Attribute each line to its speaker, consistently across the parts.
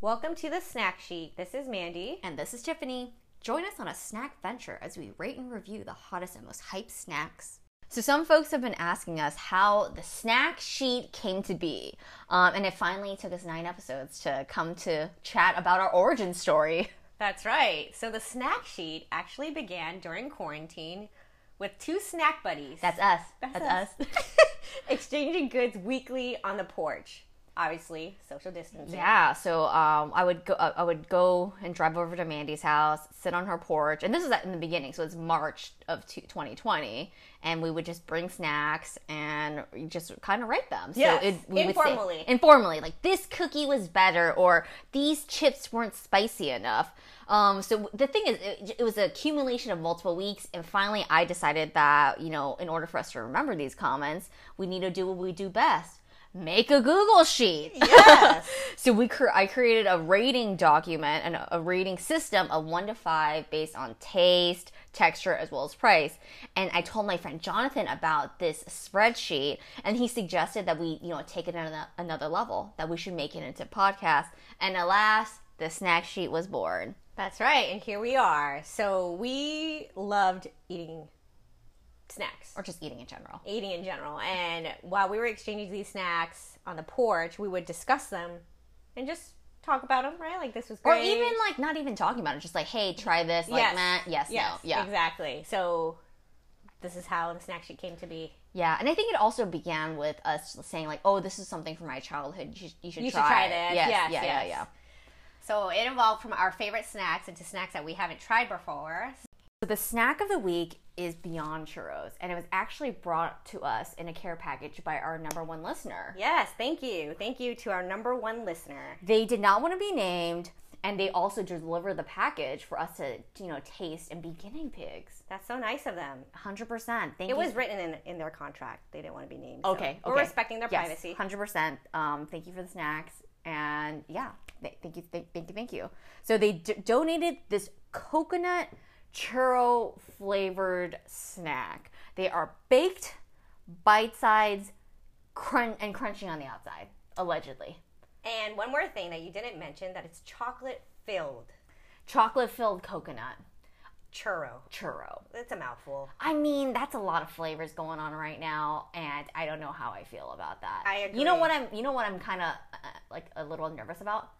Speaker 1: Welcome to the Snack Sheet. This is Mandy.
Speaker 2: And this is Tiffany. Join us on a snack venture as we rate and review the hottest and most hyped snacks. So, some folks have been asking us how the snack sheet came to be. Um, and it finally took us nine episodes to come to chat about our origin story.
Speaker 1: That's right. So the Snack Sheet actually began during quarantine with two snack buddies.
Speaker 2: That's us. That's, us.
Speaker 1: exchanging goods weekly on the porch. Obviously, social distancing.
Speaker 2: Yeah, so um, I would go. Uh, I would go and drive over to Mandy's house, sit on her porch, and this is in the beginning. So it's March of two- 2020, and we would just bring snacks and just kind of rate them. So
Speaker 1: Yes,
Speaker 2: we would say-
Speaker 1: informally.
Speaker 2: informally, like this cookie was better, or these chips weren't spicy enough. Um, so the thing is, it, it was an accumulation of multiple weeks, and finally, I decided that you know, in order for us to remember these comments, we need to do what we do best: make a Google sheet.
Speaker 1: Yes.
Speaker 2: So we cre- I created a rating document and a rating system of one to five based on taste, texture, as well as price. And I told my friend Jonathan about this spreadsheet, and he suggested that we, you know, take it another another level. That we should make it into podcast. And alas, the snack sheet was born.
Speaker 1: That's right. And here we are. So we loved eating snacks.
Speaker 2: Or just eating in general.
Speaker 1: eating in general. And while we were exchanging these snacks on the porch, we would discuss them and just talk about them, right? Like this was
Speaker 2: Or
Speaker 1: great.
Speaker 2: even like not even talking about it, just like, hey, try this, like
Speaker 1: Yes.
Speaker 2: Matt, yes,
Speaker 1: yes,
Speaker 2: no. Yeah.
Speaker 1: exactly. So this is how the snack sheet came to be.
Speaker 2: Yeah, and I think it also began with us saying like, "Oh, this is something from my childhood. You should, you should,
Speaker 1: You should
Speaker 2: try,
Speaker 1: try
Speaker 2: it."
Speaker 1: this.
Speaker 2: Yes,
Speaker 1: Yes,
Speaker 2: yeah,
Speaker 1: yes.
Speaker 2: yeah, yeah.
Speaker 1: So it evolved from our favorite snacks into snacks that we haven't tried before.
Speaker 2: So the snack of the week is Beyond Churros, and it was actually brought to us in a care package by our number one listener.
Speaker 1: Yes, thank you. Thank you to our number one listener.
Speaker 2: They did not want to be named, and they also delivered the package for us to, you know, taste and be guinea pigs.
Speaker 1: That's so nice of them.
Speaker 2: Hundred percent. Thank
Speaker 1: It
Speaker 2: you.
Speaker 1: was written in, in their contract. They didn't want to be named. so
Speaker 2: okay.
Speaker 1: We're
Speaker 2: okay.
Speaker 1: respecting their privacy.
Speaker 2: Hundred percent. Um, thank you for the snacks, and yeah, th- thank you, thank, thank you, thank you. So they d- donated this coconut churro flavored snack. They are baked, bite sides, crunch and crunching on the outside, allegedly.
Speaker 1: And one more thing that you didn't mention that it's chocolate filled
Speaker 2: Chocolate filled coconut
Speaker 1: churro.
Speaker 2: churro.
Speaker 1: It's a mouthful.
Speaker 2: I mean, that's a lot of flavors going on right now, and I don't know how I feel about that.
Speaker 1: I
Speaker 2: You know
Speaker 1: agree.
Speaker 2: what I'm? You know what I'm kind of uh, like a little nervous about.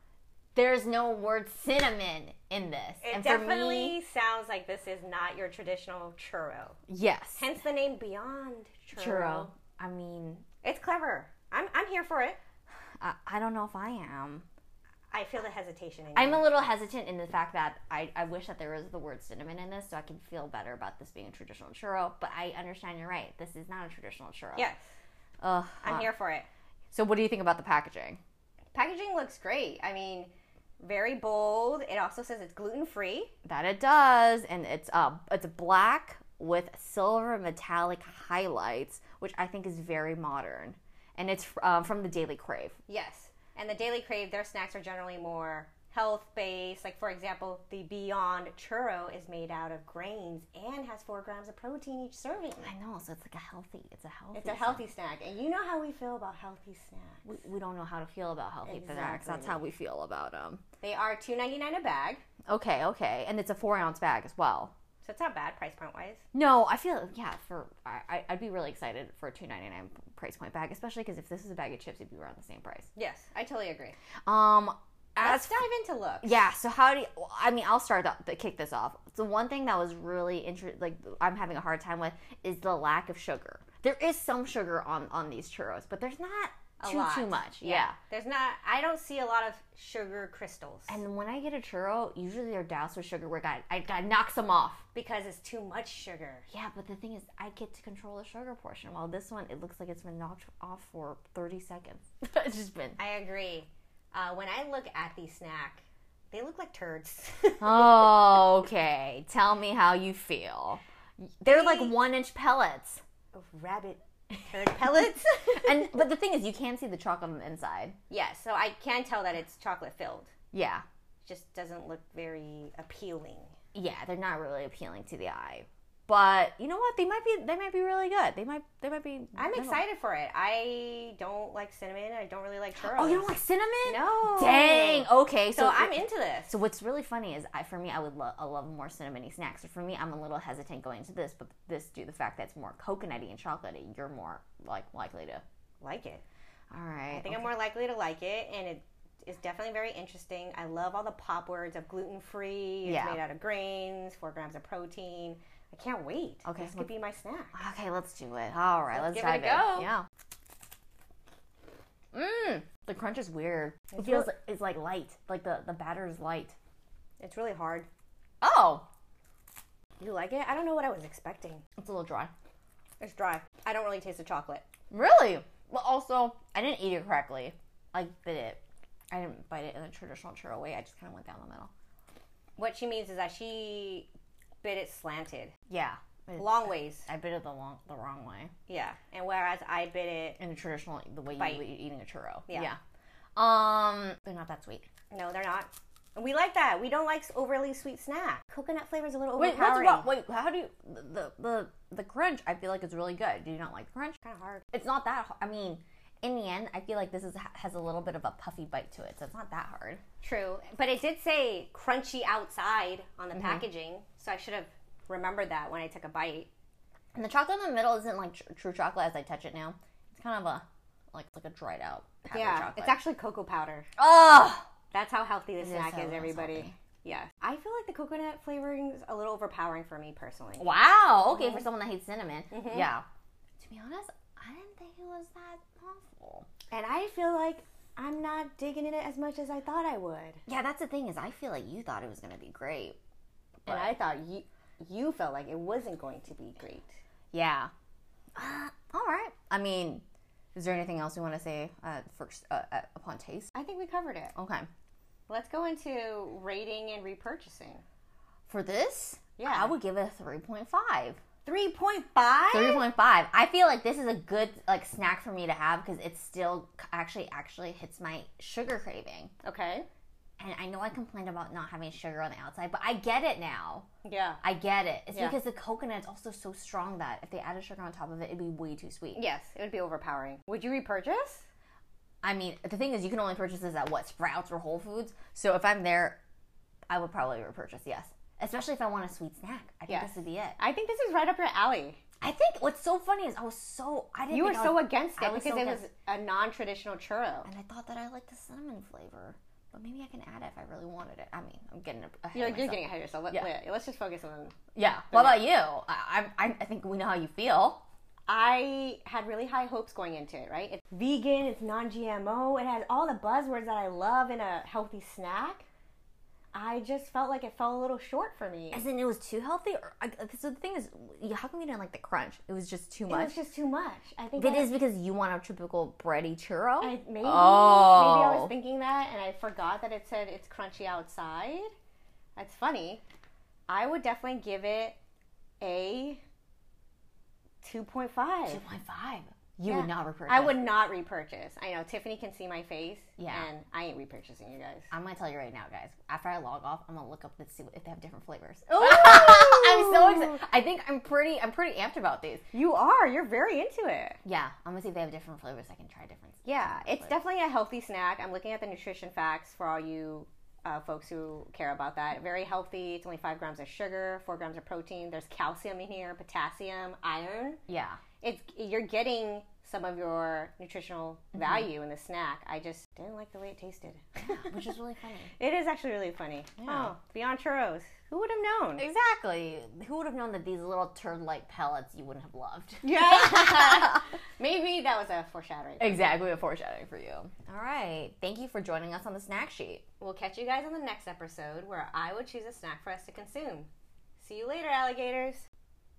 Speaker 2: There's no word cinnamon in this,
Speaker 1: It
Speaker 2: and
Speaker 1: definitely
Speaker 2: for me,
Speaker 1: sounds like this is not your traditional churro.
Speaker 2: yes,
Speaker 1: Hence the name Beyond Churro.
Speaker 2: churro. I mean,
Speaker 1: It's clever. I'm, I'm here for it.
Speaker 2: I, I don't know if I am.
Speaker 1: I feel the hesitation in you.
Speaker 2: I'm a little hesitant in the fact that I, I wish that there was the word cinnamon in this, so I can feel better about this being a traditional churro. But I understand you're right. This is not a traditional churro.
Speaker 1: yes,
Speaker 2: Ugh.
Speaker 1: I'm here for it.
Speaker 2: So, what do you think about the packaging?
Speaker 1: Packaging looks great. I mean, very bold. It also says it's gluten free.
Speaker 2: That it does, and it's uh, it's black with silver metallic highlights, which I think is very modern. And it's uh, from the Daily Crave.
Speaker 1: Yes. And the Daily Crave, their snacks are generally more health based. Like, for example, the Beyond Churro is made out of grains and has four grams of protein each serving.
Speaker 2: I know, so it's like a healthy. It's a healthy.
Speaker 1: It's a healthy snack. And you know how we feel about healthy snacks.
Speaker 2: we, we don't know how to feel about healthy snacks. That's how we feel about them.
Speaker 1: They are two ninety nine a bag,
Speaker 2: Okay, okay, and it's a four ounce bag as well.
Speaker 1: so it's not bad price point wise.
Speaker 2: No, I feel yeah. For I, I- I'd be really excited for a two ninety nine price point bag, especially because if this is a bag of chips, it'd be around the same price.
Speaker 1: Yes, I totally agree.
Speaker 2: Um,
Speaker 1: Let's
Speaker 2: as
Speaker 1: dive into looks.
Speaker 2: Yeah. So how do you, I mean? I'll start the, the kick this off. The one thing that was really interesting, like I'm having a hard time with, is the lack of sugar. There is some sugar on on these churros, but there's not
Speaker 1: A
Speaker 2: too
Speaker 1: lot.
Speaker 2: too much. Yeah.
Speaker 1: There's not. I don't see a lot of sugar crystals
Speaker 2: And when I get a churro, usually they're doused with sugar. Where God, I God knocks them off.
Speaker 1: because it's too much sugar.
Speaker 2: Yeah, but the thing is, I get to control the sugar portion. While this one, it looks like it's been knocked off for 30 seconds. it's just been.
Speaker 1: I agree. Uh, when I look at these snack, they look like turds.
Speaker 2: Oh, okay. Tell me how you feel. They're like
Speaker 1: They-
Speaker 2: one inch pellets.
Speaker 1: Oh, Rabbit turd pellets.
Speaker 2: and but the thing is, you can see the chocolate on the inside.
Speaker 1: yeah, so I can tell that it's chocolate filled.
Speaker 2: Yeah,
Speaker 1: Just doesn't look very appealing.
Speaker 2: yeah, they're not really appealing to the eye. But you know what? They might be they might be really good. They might they might be.
Speaker 1: I'm excited for it. I don't like cinnamon. I don't really like churros.
Speaker 2: Oh, you don't like cinnamon?
Speaker 1: No.
Speaker 2: Dang. Okay.
Speaker 1: So,
Speaker 2: So,
Speaker 1: I'm into this.
Speaker 2: So what's really funny is I for me I would love I love more cinnamony snacks. So for me I'm a little hesitant going into this, but this due to the fact that it's more coconutty and chocolatey, you're more like likely to.
Speaker 1: like it.
Speaker 2: All right.
Speaker 1: I think I'm more likely to like it, and it is definitely very interesting. I love all the pop words of gluten free. It's
Speaker 2: Yeah.
Speaker 1: made out of grains, four grams of protein. I can't wait.
Speaker 2: Okay,
Speaker 1: this
Speaker 2: so-
Speaker 1: could be my snack.
Speaker 2: Okay, let's do it. All right, let's,
Speaker 1: give it a
Speaker 2: dive
Speaker 1: go.
Speaker 2: in. Yeah. Mmm. The crunch is weird. It
Speaker 1: It's
Speaker 2: feels like, it's like light. Like the the batter is light.
Speaker 1: It's really hard.
Speaker 2: Oh,
Speaker 1: You like it? I don't know what I was expecting.
Speaker 2: it's a little dry.
Speaker 1: It's dry. I don't really taste the chocolate.
Speaker 2: Really? But also, I didn't eat it correctly. I bit it. I didn't bite it in a traditional churro way. I just kind of went down the middle.
Speaker 1: What she means is that she bit it slanted,
Speaker 2: Yeah. It-
Speaker 1: long ways.
Speaker 2: I bit it the long, the wrong way
Speaker 1: Yeah, and whereas I bit it,
Speaker 2: in a traditional the way
Speaker 1: Bite.
Speaker 2: you would eat eating a churro.
Speaker 1: Yeah.
Speaker 2: Um, they're not that sweet.
Speaker 1: no, they're not. And we like that. We don't like overly sweet snack. Coconut flavor is a little
Speaker 2: Wait, what's
Speaker 1: overpowering.
Speaker 2: wrong? Wait, how do you the the the crunch? I feel like it's really good. Do you not like the crunch?
Speaker 1: Kind of hard.
Speaker 2: It's not that. hard. I mean, in the end, I feel like this is has a little bit of a puffy bite to it, so it's not that hard.
Speaker 1: True, but it did say crunchy outside on the packaging, so I should have remembered that when I took a bite.
Speaker 2: And the chocolate in the middle isn't like tr- true chocolate as I touch it now. It's kind of a like like a dried out powder
Speaker 1: Yeah,
Speaker 2: chocolate.
Speaker 1: it's actually cocoa powder.
Speaker 2: oh,
Speaker 1: That's how healthy this snack
Speaker 2: how-
Speaker 1: is,
Speaker 2: that's
Speaker 1: everybody.
Speaker 2: healthy.
Speaker 1: Yeah, I feel like the coconut flavoring is a little overpowering for me personally. Mm-hmm.
Speaker 2: wow. Okay, for someone that hates cinnamon, yeah. To be honest, I didn't think it was that awful.
Speaker 1: And I feel like I'm not digging it as much as I thought I would.
Speaker 2: Yeah, that's the thing is, I feel like you thought it was gonna be great.
Speaker 1: And I thought you you felt like it wasn't going to be great.
Speaker 2: Yeah. Uh, all right. I mean, is there anything else you want to say uh, first uh, uh, upon taste?
Speaker 1: I think we covered it.
Speaker 2: Okay.
Speaker 1: Let's go into rating and repurchasing.
Speaker 2: For this,
Speaker 1: Yeah. Eh.
Speaker 2: I would give it a three point five.
Speaker 1: 3.5?
Speaker 2: Three point five. I feel like this is a good like snack for me to have because it still c- actually actually hits my sugar craving.
Speaker 1: Okay.
Speaker 2: And I know I complained about not having sugar on the outside, but I get it now.
Speaker 1: Yeah.
Speaker 2: I get it. It's
Speaker 1: Yeah.
Speaker 2: because the coconut's also so strong that if they added sugar on top of it, it'd be way too sweet.
Speaker 1: Yes, it would be overpowering. Would you repurchase?
Speaker 2: I mean, the thing is, you can only purchase this at what Sprouts or Whole Foods. So if I'm there, I would probably repurchase. Yes, especially if I want a sweet snack. I think
Speaker 1: Yes.
Speaker 2: this would be it.
Speaker 1: I think this is right up your alley.
Speaker 2: I think what's so funny is I was so I didn't.
Speaker 1: You were
Speaker 2: think I
Speaker 1: so
Speaker 2: was-
Speaker 1: against
Speaker 2: I
Speaker 1: it
Speaker 2: was
Speaker 1: because
Speaker 2: so
Speaker 1: it was
Speaker 2: against-
Speaker 1: a non-traditional churro.
Speaker 2: and I thought that I liked the cinnamon flavor, but maybe I can add it if I really wanted it. I mean, I'm getting a- ahead
Speaker 1: You're,
Speaker 2: of
Speaker 1: you're
Speaker 2: myself.
Speaker 1: getting ahead of yourself. Let,
Speaker 2: Yeah.
Speaker 1: let- let's just focus on.
Speaker 2: yeah. What about you? I, I I think we know how you feel.
Speaker 1: I had really high hopes going into it, right? It's vegan, it's non-GMO, it has all the buzzwords that I love in a healthy snack. I just felt like it fell a little short for me.
Speaker 2: As in, it was too healthy. Or, I, so the thing is, you- how come you didn't like the crunch? It was just too
Speaker 1: It
Speaker 2: much.
Speaker 1: was just too much. I think
Speaker 2: It
Speaker 1: I-
Speaker 2: is because you want a typical bready churro.
Speaker 1: I, maybe maybe I
Speaker 2: Oh.
Speaker 1: was thinking that, and I forgot that it said it's crunchy outside. That's funny. I would definitely give it a two point five.
Speaker 2: 2.5. You
Speaker 1: Yeah.
Speaker 2: would not repurchase.
Speaker 1: I would not repurchase. I know Tiffany can see my face,
Speaker 2: Yeah.
Speaker 1: and I ain't repurchasing you guys.
Speaker 2: I'm gonna tell you right now, guys. After I log off, I'm gonna look up to see if they have different flavors. I'm so excited. I think I'm pretty. I'm pretty amped about these.
Speaker 1: You are. You're very into it.
Speaker 2: Yeah, I'm gonna see if they have different flavors. I can try different.
Speaker 1: Yeah, it's definitely a healthy snack. I'm looking at the nutrition facts for all you uh, folks who care about that. Very healthy. It's only five grams of sugar, four grams of protein. There's calcium in here, potassium, iron.
Speaker 2: Yeah.
Speaker 1: It's you're getting some of your nutritional value in the snack. I just didn't like the way it tasted.
Speaker 2: which is really funny.
Speaker 1: it is actually really funny. Oh, beyond churros. Who would have known?
Speaker 2: Exactly. Who would have known that these little turd-like pellets you wouldn't have loved?
Speaker 1: Yeah. Maybe that was a foreshadowing.
Speaker 2: Exactly, a foreshadowing for you. All right. Thank you for joining us on the snack sheet.
Speaker 1: We'll catch you guys on the next episode where I will choose a snack for us to consume. See you later, alligators.